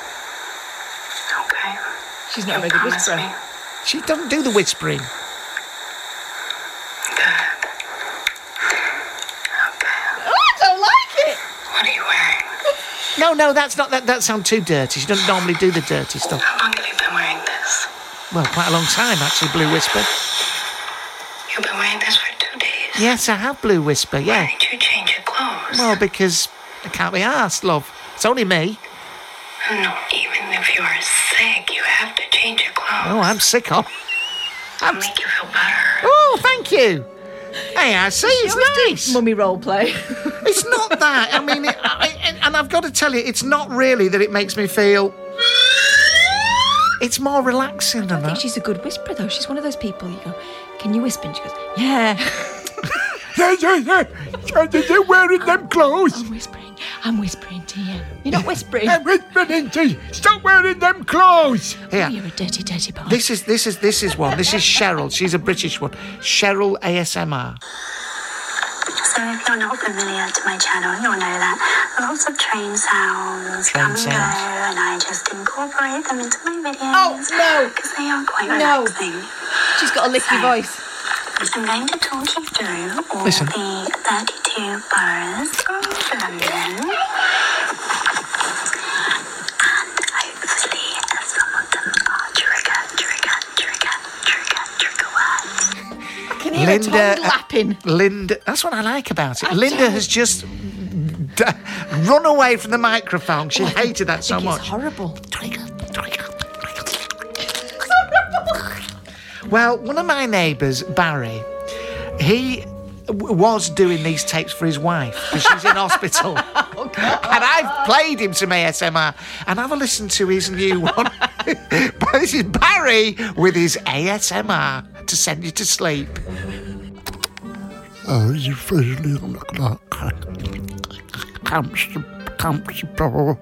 Speaker 3: Okay?
Speaker 2: she's not a very good whisperer.
Speaker 1: She doesn't do the whispering.
Speaker 3: Good. Okay.
Speaker 2: Oh, I don't like it.
Speaker 3: What are you wearing?
Speaker 1: No, no, that's not that. That sounds too dirty. She doesn't normally do the dirty stuff.
Speaker 3: How long have you been wearing this?
Speaker 1: Well, quite a long time actually. Blue Whisper.
Speaker 3: You've been wearing this for two days.
Speaker 1: Yes, I have Blue Whisper. Yeah.
Speaker 3: Did you change your clothes?
Speaker 1: Oh. Well, because I can't be asked, love. It's only me.
Speaker 3: No, even if you are sick, you have to change your
Speaker 1: Oh,
Speaker 3: clothes.
Speaker 1: I'm sick of.
Speaker 3: It'll make you feel better.
Speaker 1: Oh, thank you. Hey, I see. It's nice.
Speaker 2: Mummy role play.
Speaker 1: It's not that. I mean, it, I, and- and I've got to tell you, it's not really that it makes me feel. It's more relaxing than
Speaker 2: I think
Speaker 1: that.
Speaker 2: she's a good whisperer, though. She's one of those people you go, Can you whisper? And she goes, Yeah,
Speaker 1: Yeah, yeah, yeah. Yeah, yeah, yeah, wearing them clothes.
Speaker 2: I'm whispering. I'm whispering to you. You're not whispering.
Speaker 1: whispering to you. Stop wearing them clothes.
Speaker 2: Oh,
Speaker 1: Yeah.
Speaker 2: You're a dirty, dirty boy.
Speaker 1: This is this is this is one. This is Cheryl. She's a British one. Cheryl ASMR.
Speaker 3: So if you're not familiar to my channel, you'll know that lots of train sounds
Speaker 1: Train
Speaker 3: come and
Speaker 1: sounds.
Speaker 3: go, and I just incorporate them into my videos.
Speaker 2: Oh, no.
Speaker 3: Because they are quite
Speaker 2: No.
Speaker 3: relaxing.
Speaker 2: She's got a licky voice.
Speaker 3: I'm going to talk you through all
Speaker 1: Listen.
Speaker 3: the 32 boroughs of London. And hopefully some of them are trigger, trigger, trigger, trigger, trigger words.
Speaker 2: I can hear a
Speaker 1: uh,
Speaker 2: tongue lapping.
Speaker 1: Linda. That's what I like about it. Linda has just d- run away from the microphone. She hated that so
Speaker 2: Oh, I think
Speaker 1: much.
Speaker 2: It's horrible.
Speaker 1: Well, one of my neighbours, Barry, he w- was doing these tapes for his wife because she's in hospital.
Speaker 2: Oh,
Speaker 1: and I've played him some ASMR and have a listen to his new one. but this is Barry with his ASMR to send you to sleep.
Speaker 7: Are Oh, you feeling like comfortable? comfortable?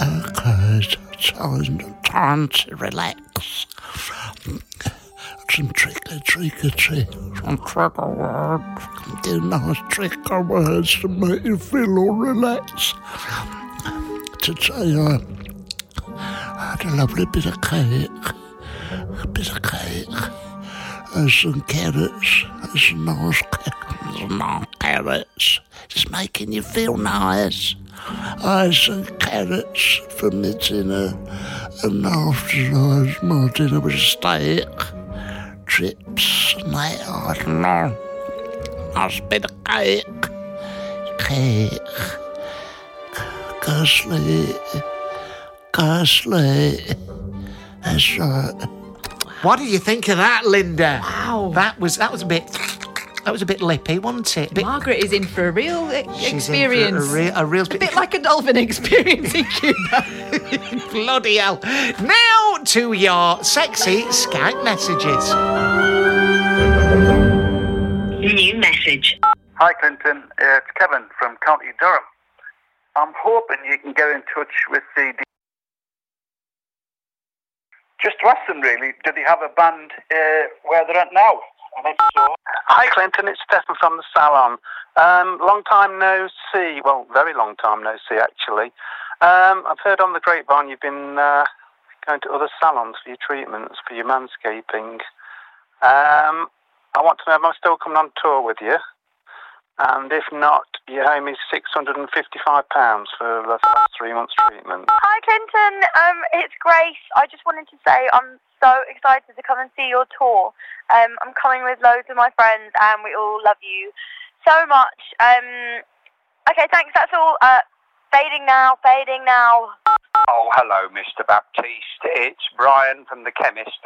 Speaker 7: Okay, time, time to relax. Some tricky, tricky, tricky, some trigger words. Do nice trigger words to make you feel all relaxed. Today uh, I had a lovely bit of cake, a bit of cake and some carrots, and some nice carrots, some nice carrots. It's making you feel nice. I had some carrots for my dinner, and after I had my dinner was steak, chips, and that, I don't know. Nice bit of cake, cake, ghastly, ghastly. That's right.
Speaker 1: What do you think of that, Linda? Wow. That was that was a bit that was a bit lippy, wasn't it? Bit,
Speaker 8: Margaret is in for a real e-
Speaker 1: she's in for
Speaker 8: experience.
Speaker 1: a real, a real
Speaker 8: a bit like a dolphin experience in Cuba.
Speaker 1: bloody hell. Now to your sexy Skype messages.
Speaker 9: New message.
Speaker 7: Hi, Clinton. Uh, it's Kevin from County Durham. I'm hoping you can get in touch with the. D- Just to ask them, really, do they have a band uh, where they're at now? And if so.
Speaker 9: Hi, Clinton. It's Stefan from the salon. Um, long time no see. Well, very long time no see, actually. Um, I've heard on the grapevine you've been uh, going to other salons for your treatments, for your manscaping. Um, I want to know if I'm still coming on tour with you. And if not, you owe me £655 for the last three months' treatment.
Speaker 10: Hi, Clinton. Um, it's Grace. I just wanted to say I'm so excited to come and see your tour. Um, I'm coming with loads of my friends, and we all love you so much. Um, okay, thanks. That's all. Uh, fading now. Fading now.
Speaker 7: Oh, hello, Mr. Baptiste. It's Brian from the chemist.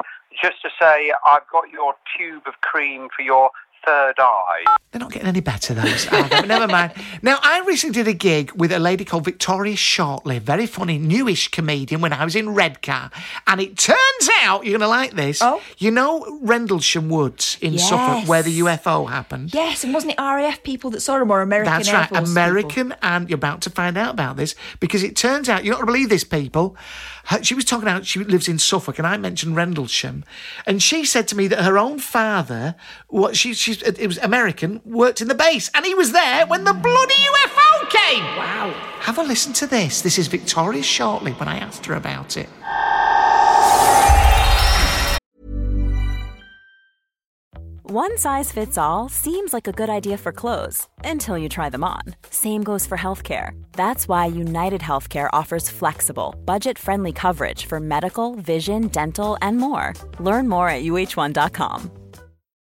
Speaker 7: Just to say, I've got your tube of cream for your third eye.
Speaker 1: They're not getting any better, those. are they? But Never mind. Now, I recently did a gig with a lady called Victoria Shortley, very funny, newish comedian when I was in Redcar. And it turns out, you're going to like this.
Speaker 2: Oh.
Speaker 1: You know Rendlesham Woods in Suffolk,
Speaker 2: Yes.
Speaker 1: where the UFO happened?
Speaker 2: Yes, and wasn't it RAF people that saw him or American
Speaker 1: That's
Speaker 2: Air
Speaker 1: right,
Speaker 2: Force people?
Speaker 1: American, and you're about to find out about this because it turns out you're not going to believe this, people. Her- she was talking about she lives in Suffolk, and I mentioned Rendlesham, and she said to me that her own father, what she, she it was American, worked in the base, and he was there when the bloody UFO came. Wow! Have a listen to this. This is Victoria Shortly when I asked her about it.
Speaker 11: One size fits all seems like a good idea for clothes until you try them on. Same goes for healthcare. That's why United Healthcare offers flexible, budget friendly coverage for medical, vision, dental, and more. Learn more at uh1.com.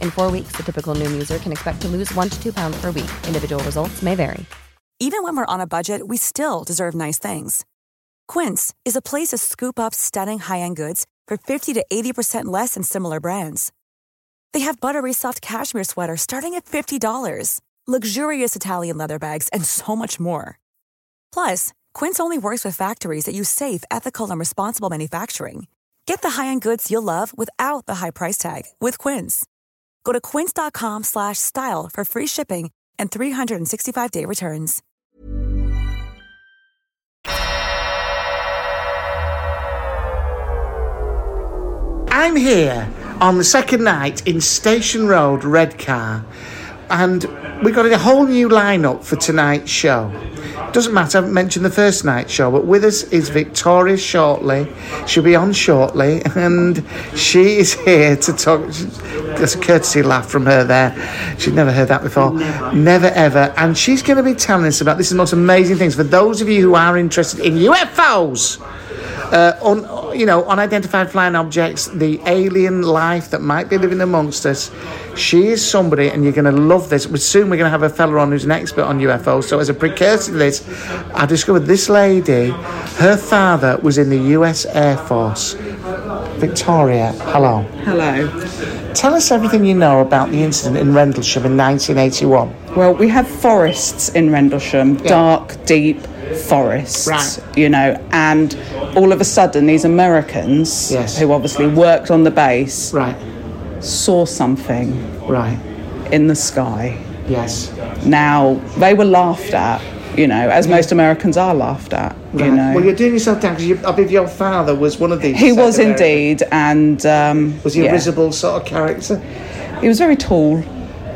Speaker 12: In four weeks, the typical Noom user can expect to lose one to two pounds per week. Individual results may vary.
Speaker 13: Even when we're on a budget, we still deserve nice things. Quince is a place to scoop up stunning high end goods for 50 to 80% less than similar brands. They have buttery soft cashmere sweaters starting at $50, luxurious Italian leather bags, and so much more. Plus, Quince only works with factories that use safe, ethical, and responsible manufacturing. Get the high-end goods you'll love without the high price tag with Quince. Go to quince.com/style slash style for free shipping and 365-day returns.
Speaker 1: I'm here on the second night in Station Road Redcar, and we got a whole new lineup for tonight's show. Doesn't matter, I haven't mentioned the first night show, but with us is Victoria shortly. She'll be on shortly, and she is here to talk. There's a courtesy laugh from her there. She'd never heard that before. Never, ever. And she's going to be telling us about this is the most amazing things for those of you who are interested in UFOs. Uh, on, you know, unidentified flying objects, the alien life that might be living amongst us. She is somebody, and you're going to love this. We- Soon we're going to have a fella on who's an expert on UFOs. So, as a precursor to this, I discovered this lady, her father was in the US Air Force. Victoria, hello.
Speaker 14: Hello.
Speaker 1: Tell us everything you know about the incident in Rendlesham in 1981.
Speaker 14: Well, we have forests in Rendlesham, dark, deep forests,
Speaker 1: Right.
Speaker 14: you know, and all of a sudden these Americans, who obviously worked on the base,
Speaker 1: right.
Speaker 14: saw something
Speaker 1: right
Speaker 14: in the sky.
Speaker 1: Yes.
Speaker 14: Now, they were laughed at, you know, as most Americans are laughed at, you know.
Speaker 1: Well, you're doing yourself down because you, I believe your father was one of these.
Speaker 14: He was
Speaker 1: American-
Speaker 14: indeed, and um,
Speaker 1: Was he a
Speaker 14: yeah.
Speaker 1: risible sort of character?
Speaker 14: He was very tall.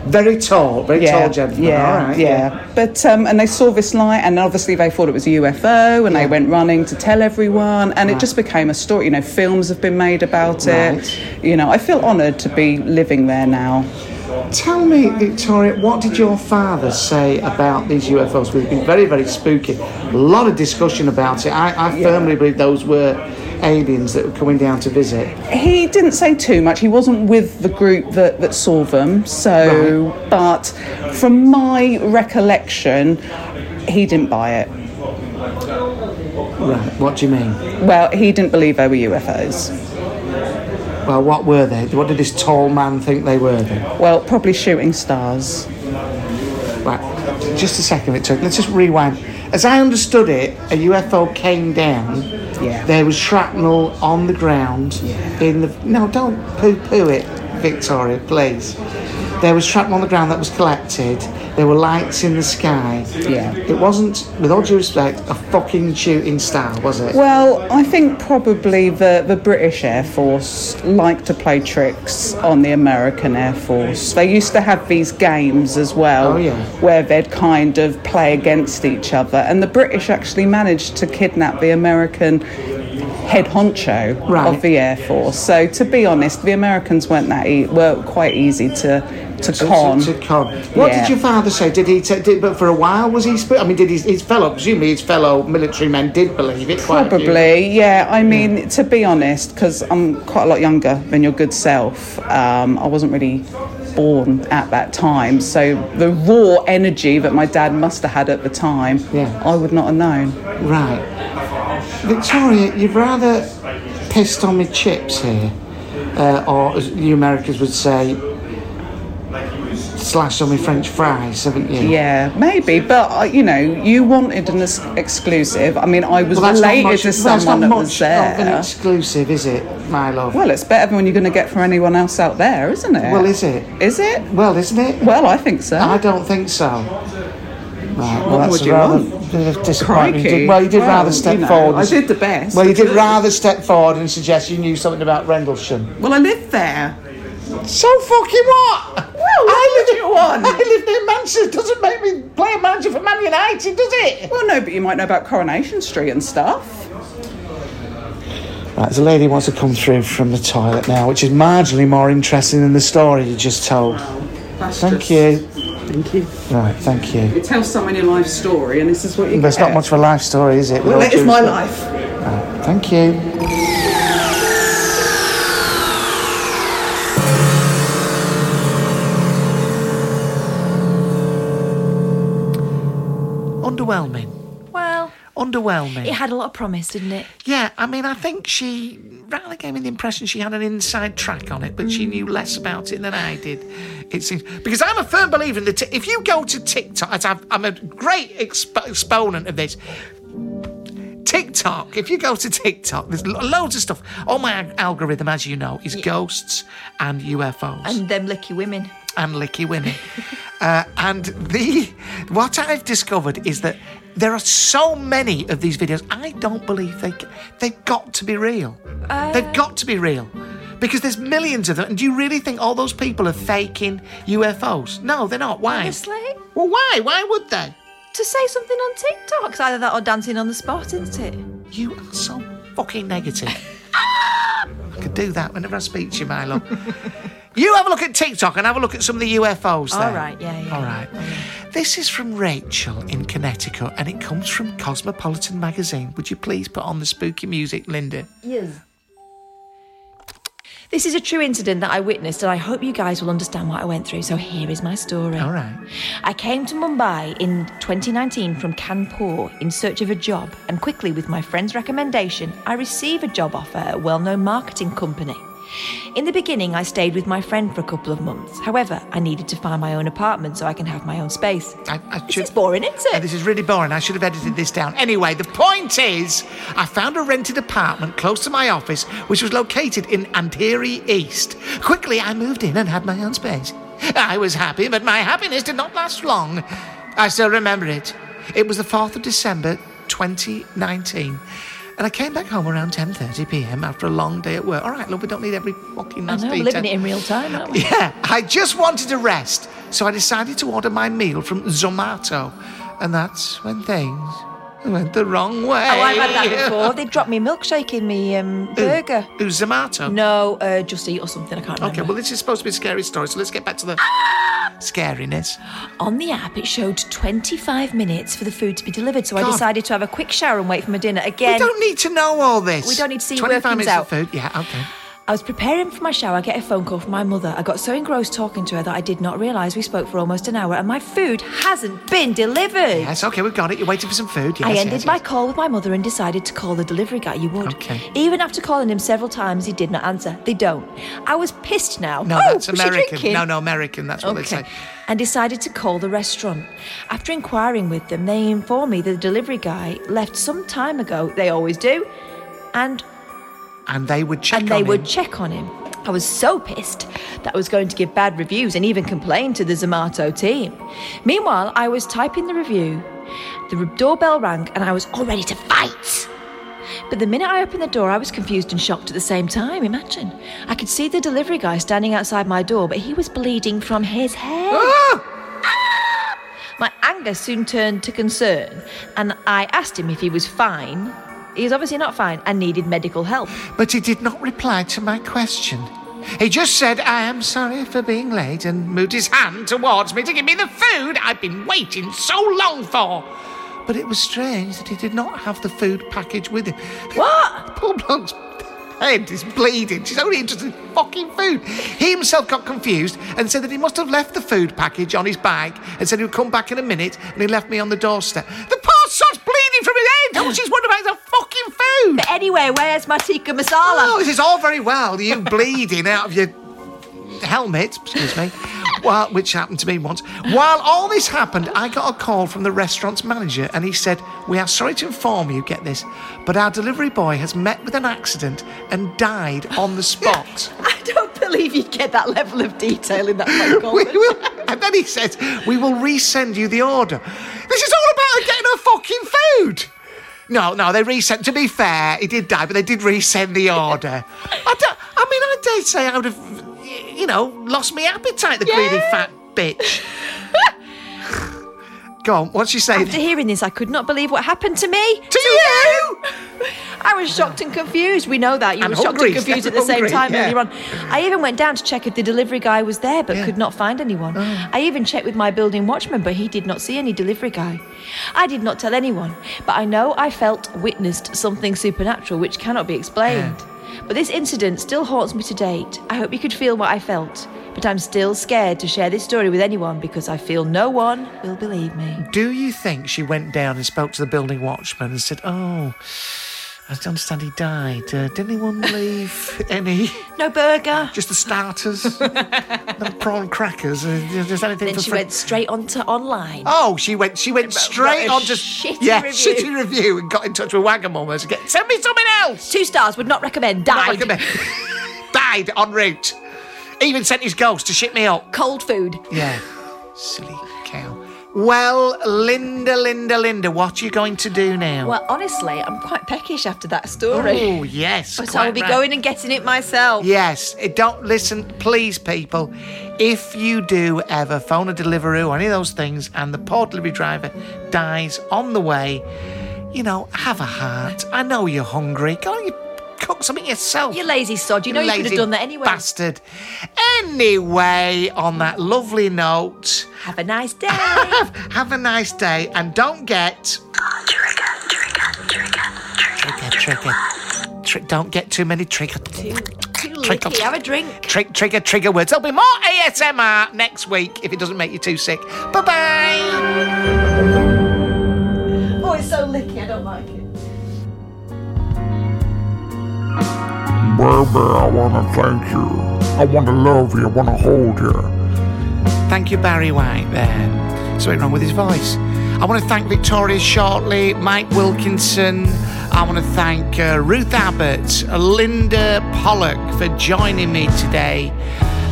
Speaker 1: Very tall, very
Speaker 14: yeah,
Speaker 1: tall gentleman.
Speaker 14: Yeah,
Speaker 1: All right,
Speaker 14: yeah. But um, and they saw this light, and obviously they thought it was a UFO, and they went running to tell everyone, and it just became a story. You know, films have been made about it. You know, I feel honoured to be living there now.
Speaker 1: Tell me, Victoria, what did your father say about these UFOs? We've been very, very spooky. A lot of discussion about it. I, I firmly believe those were aliens that were coming down to visit.
Speaker 14: He didn't say too much. He wasn't with the group that, that saw them. So, but from my recollection, he didn't buy it.
Speaker 1: Right. What do you mean?
Speaker 14: Well, he didn't believe they were UFOs.
Speaker 1: Well, what were they? What did this tall man think they were then?
Speaker 14: Well, probably shooting stars.
Speaker 1: Right. Just a second, Victoria. Let's just rewind. As I understood it, a UFO came down.
Speaker 14: Yeah.
Speaker 1: There was shrapnel on the ground. Yeah. In the no, don't poo-poo it, Victoria, please. There was shrapnel on the ground that was collected. There were lights in the sky.
Speaker 14: Yeah.
Speaker 1: It wasn't, with all due respect, a fucking shooting star, was it?
Speaker 14: Well, I think probably the, the British Air Force like to play tricks on the American Air Force. They used to have these games as well
Speaker 1: Oh, yeah.
Speaker 14: where they'd kind of play against each other. And the British actually managed to kidnap the American head honcho of the Air Force. So to be honest, the Americans weren't that e- were quite easy to, to con.
Speaker 1: to con. What
Speaker 14: Yeah.
Speaker 1: did your father say? Did he? T- did, but for a while, was he? Sp- I mean, did his, his fellow, presumably his fellow military men, did believe it? quite a few.
Speaker 14: Probably, yeah. I mean, to be honest, because I'm quite a lot younger than your good self, um, I wasn't really born at that time. So the raw energy that my dad must have had at the time, I would not have known.
Speaker 1: Right. Victoria, you've rather pissed on me chips here, uh, or as you Americans would say, slashed on me French fries, haven't you?
Speaker 14: Yeah, maybe, but uh, you know, you wanted an ex- exclusive. I mean, I was
Speaker 1: Well, that's not
Speaker 14: related
Speaker 1: much-
Speaker 14: to
Speaker 1: well, that's
Speaker 14: someone
Speaker 1: not
Speaker 14: that
Speaker 1: much
Speaker 14: was there.
Speaker 1: of an exclusive, is it, my love?
Speaker 14: Well, it's better than when you're going to get from anyone else out there, isn't it?
Speaker 1: Well, is it?
Speaker 14: Is it?
Speaker 1: Well, isn't it?
Speaker 14: Well, I think so.
Speaker 1: I don't think so.
Speaker 5: Right,
Speaker 14: What
Speaker 5: well, that's
Speaker 14: would you
Speaker 5: rather disappointing.
Speaker 14: want?
Speaker 5: You did-
Speaker 14: Crikey.
Speaker 5: Well, you did
Speaker 14: Well,
Speaker 5: rather
Speaker 14: you
Speaker 5: step
Speaker 14: know,
Speaker 5: forward.
Speaker 14: I did the best.
Speaker 5: Well, you
Speaker 14: I
Speaker 5: did
Speaker 14: could-
Speaker 5: rather step forward and suggest you knew something about Rendlesham.
Speaker 14: Well, I live there.
Speaker 5: So fucking what? Well,
Speaker 14: I live you on.
Speaker 5: I live near Manchester. Doesn't make me play a manager for Man United, does it?
Speaker 14: Well, no, but you might know about Coronation Street and stuff.
Speaker 5: Right, there's a lady who wants to come through from the toilet now, which is marginally more interesting than the story you just told.
Speaker 14: That's
Speaker 5: Thank
Speaker 14: just-
Speaker 5: you.
Speaker 14: Thank you.
Speaker 5: Right, thank you.
Speaker 14: You tell someone your life story, and this is what you
Speaker 5: There's
Speaker 14: get.
Speaker 5: not much of a life story, is it? With
Speaker 14: Well,
Speaker 5: all
Speaker 14: it is
Speaker 5: due
Speaker 14: my
Speaker 5: respect.
Speaker 14: life.
Speaker 5: Right, thank you.
Speaker 1: Underwhelming.
Speaker 2: Well,
Speaker 1: Underwhelming.
Speaker 2: it had a lot of promise, didn't it?
Speaker 1: Yeah, I mean, I think she rather gave me the impression she had an inside track on it, but she
Speaker 2: Mm.
Speaker 1: knew less about it than I did. It seems because I'm a firm believer that if you go to TikTok, as I've, I'm a great exp- exponent of this. TikTok. If you go to TikTok, there's lo- loads of stuff. All my ag- algorithm, as you know, is ghosts and UFOs
Speaker 2: And them licky women.
Speaker 1: and licky women. uh, and the what I've discovered is that there are so many of these videos. I don't believe they c- they've got to be real.
Speaker 2: Uh.
Speaker 1: they've got to be real because there's millions of them. And do you really think all those people are faking UFOs? No, they're not. Why?
Speaker 2: Honestly?
Speaker 1: Well, why? Why would they?
Speaker 2: To say something on TikTok. It's either that or dancing on the spot, isn't it?
Speaker 1: You are so fucking negative. I could do that whenever I speak to you, my love. you have a look at TikTok and have a look at some of the UFOs.
Speaker 2: All
Speaker 1: there.
Speaker 2: right, yeah, yeah.
Speaker 1: All right. This is from Rachel in Connecticut and it comes from Cosmopolitan Magazine. Would you please put on the spooky music, Linda?
Speaker 2: Yes. This is a true incident that I witnessed, and I hope you guys will understand what I went through. So here is my story. All
Speaker 1: right.
Speaker 2: I came to Mumbai in 2019 from Kanpur in search of a job, and quickly, with my friend's recommendation, I receive a job offer at a well-known marketing company. In the beginning, I stayed with my friend for a couple of months. However, I needed to find my own apartment so I can have my own space.
Speaker 1: I, I
Speaker 2: this is boring, isn't it?
Speaker 1: Uh, This is really boring. I should have edited this down. Anyway, the point is, I found a rented apartment close to my office, which was located in Antiri East. Quickly, I moved in and had my own space. I was happy, but my happiness did not last long. I still remember it. It was the 4th of December, 2019. And I came back home around 10:30 p.m. after a long day at work. All right, love, we don't need every fucking
Speaker 2: I
Speaker 1: nasty.
Speaker 2: know, we're living it in real time, aren't we?
Speaker 1: Yeah, I just wanted a rest, so I decided to order my meal from Zomato, and that's when things went the wrong way.
Speaker 2: Oh, I've had that before. They dropped me a milkshake in me um, burger.
Speaker 1: Who, Uh, Zomato?
Speaker 2: No, uh, just eat or something. I can't remember.
Speaker 1: Okay, well, this is supposed to be a scary story, so let's get back to the scariness.
Speaker 2: On the app, it showed 25 minutes for the food to be delivered, so I
Speaker 1: God.
Speaker 2: decided to have a quick shower and wait for my dinner again.
Speaker 1: we don't need to know all this.
Speaker 2: We don't need to see
Speaker 1: Twenty-five
Speaker 2: workings
Speaker 1: minutes
Speaker 2: out.
Speaker 1: of food. Yeah, okay.
Speaker 2: I was preparing for my shower. I get a phone call from my mother. I got so engrossed talking to her that I did not realise we spoke for almost an hour, and my food hasn't been delivered.
Speaker 1: Yes, okay, we've got it. You're waiting for some food. Yes,
Speaker 2: I ended
Speaker 1: yes,
Speaker 2: my
Speaker 1: yes.
Speaker 2: call with my mother and decided to call the delivery guy you would.
Speaker 1: Okay.
Speaker 2: Even after calling him several times, he did not answer. They don't. I was pissed now.
Speaker 1: No,
Speaker 2: oh,
Speaker 1: that's
Speaker 2: was she
Speaker 1: American.
Speaker 2: drinking?
Speaker 1: No, no, American. That's what they say.
Speaker 2: And decided to call the restaurant. After inquiring with them, they informed me that the delivery guy left some time ago. They always do. And
Speaker 1: And they would check.
Speaker 2: and they
Speaker 1: on
Speaker 2: would
Speaker 1: him.
Speaker 2: check on him. I was so pissed that I was going to give bad reviews and even complain to the Zomato team. Meanwhile, I was typing the review. The re- doorbell rang and I was all ready to fight. But the minute I opened the door, I was confused and shocked at the same time. Imagine. I could see the delivery guy standing outside my door, but he was bleeding from his head.
Speaker 1: Ah!
Speaker 2: My anger soon turned to concern, and I asked him if he was fine. He was obviously not fine and needed medical help.
Speaker 1: But he did not reply to my question. He just said, I am sorry for being late, and moved his hand towards me to give me the food I've been waiting so long for. But it was strange that he did not have the food package with him.
Speaker 2: What?
Speaker 1: Poor bloke's head is bleeding. She's only interested in fucking food. He himself got confused and said that he must have left the food package on his bike and said he would come back in a minute, and he left me on the doorstep. The poor sod's bleeding from his head. All she's wondering about is her fucking food.
Speaker 2: But anyway, where's my tikka masala?
Speaker 1: Oh, this is all very well. You bleeding out of your helmet, excuse me, well, which happened to me once. While all this happened, I got a call from the restaurant's manager and he said, We are sorry to inform you, get this, but our delivery boy has met with an accident and died on the spot.
Speaker 2: I don't believe you'd get that level of detail in that phone call.
Speaker 1: we will And then he says, We will resend you the order. This is all about her getting her fucking food. No, no, they resent. To be fair, he did die, but they did resend the order. I, don't- I mean, I dare say I would have, y- you know, lost my appetite, the greedy fat bitch. Go on, what's she saying?
Speaker 2: After hearing this, I could not believe what happened to me. To,
Speaker 1: you!
Speaker 2: I was shocked and confused. We know that. You
Speaker 8: And
Speaker 2: were shocked
Speaker 8: hungry,
Speaker 2: and confused at
Speaker 8: Steph,
Speaker 2: the same
Speaker 8: hungry,
Speaker 2: time
Speaker 8: yeah.
Speaker 2: earlier on. I even went down to check if the delivery guy was there, but could not find anyone.
Speaker 1: Oh.
Speaker 2: I even checked with my building watchman, but he did not see any delivery guy. I did not tell anyone, but I know I felt witnessed something supernatural which cannot be explained. But this incident still haunts me to date. I hope you could feel what I felt. But I'm still scared to share this story with anyone because I feel no one will believe me.
Speaker 1: Do you think she went down and spoke to the building watchman and said, Oh, I understand he died. Uh, did anyone leave any?
Speaker 2: No burger.
Speaker 1: Just the starters. no prawn crackers. Uh, just anything
Speaker 2: Then
Speaker 1: for
Speaker 2: she
Speaker 1: free.
Speaker 2: went straight onto online.
Speaker 1: Oh, she went. She went straight
Speaker 2: wrote a
Speaker 1: on to
Speaker 2: shitty
Speaker 1: yeah,
Speaker 2: review.
Speaker 1: shitty review, and got in touch with Wagamama to get send me something else.
Speaker 2: Two stars would not recommend. Died.
Speaker 1: recommend. died en route. Even sent his ghost to ship me up.
Speaker 2: Cold food.
Speaker 1: Yeah, silly cow. Well, Linda, Linda, Linda, what are you going to do now?
Speaker 2: Well, honestly, I'm quite peckish after that story.
Speaker 1: Oh yes,
Speaker 2: But
Speaker 1: quite
Speaker 2: I'll be
Speaker 1: right.
Speaker 2: going and getting it myself.
Speaker 1: Yes, eh, don't listen, please, people. If you do ever phone a Deliveroo or any of those things and the poor delivery driver dies on the way, you know, have a heart. I know you're hungry. Can't you cook something yourself? You
Speaker 2: lazy sod. You know you could have done that anyway.
Speaker 1: Bastard. Anyway, on that lovely note,
Speaker 2: have a nice day.
Speaker 1: have, a nice day and don't get. Trigger, trigger. Tri- don't get too many trigger.
Speaker 2: Too
Speaker 1: Trick
Speaker 2: licky.
Speaker 1: up.
Speaker 2: Have a drink.
Speaker 1: Trick, trigger, trigger words. There'll be more ASMR next week if it doesn't make you too sick. Bye bye.
Speaker 2: Oh, it's so licky. I don't like it.
Speaker 7: Baby, I want to thank you. I want to love you. I want to hold you.
Speaker 1: Thank you, Barry White, there. Something wrong with his voice. I want to thank Victoria Shortley, Mike Wilkinson. I want to thank uh, Ruth Abbott, Linda Pollock for joining me today.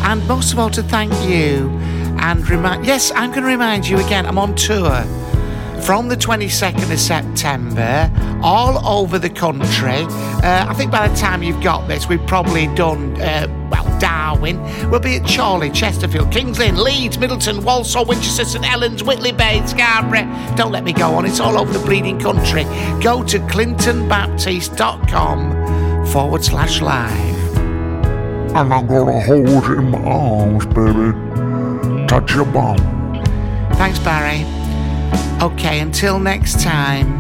Speaker 1: And most of all, to thank you. And remind, yes, I'm going to remind you again, I'm on tour from the 22nd of September, all over the country. Uh, I think by the time you've got this, we've probably done, uh, well, Darwin. We'll be at Chorley, Chesterfield, Kings Lynn, Leeds, Middleton, Walsall, Winchester, St Helens, Whitley Bay, Scarborough. Don't let me go on, it's all over the bleeding country. Go to clintonbaptiste.com forward slash live.
Speaker 7: And I'm going to hold you in my arms, baby. Touch your bum.
Speaker 1: Thanks, Barry. Okay, until next time.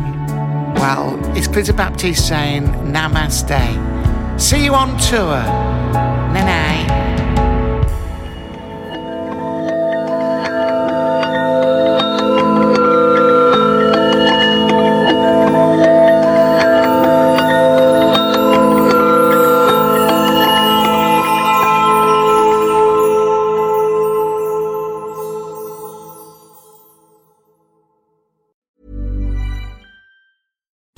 Speaker 1: Well, it's Clitter Baptiste saying namaste. See you on tour. Nanai.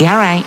Speaker 1: Yeah, right.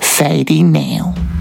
Speaker 1: Fading now.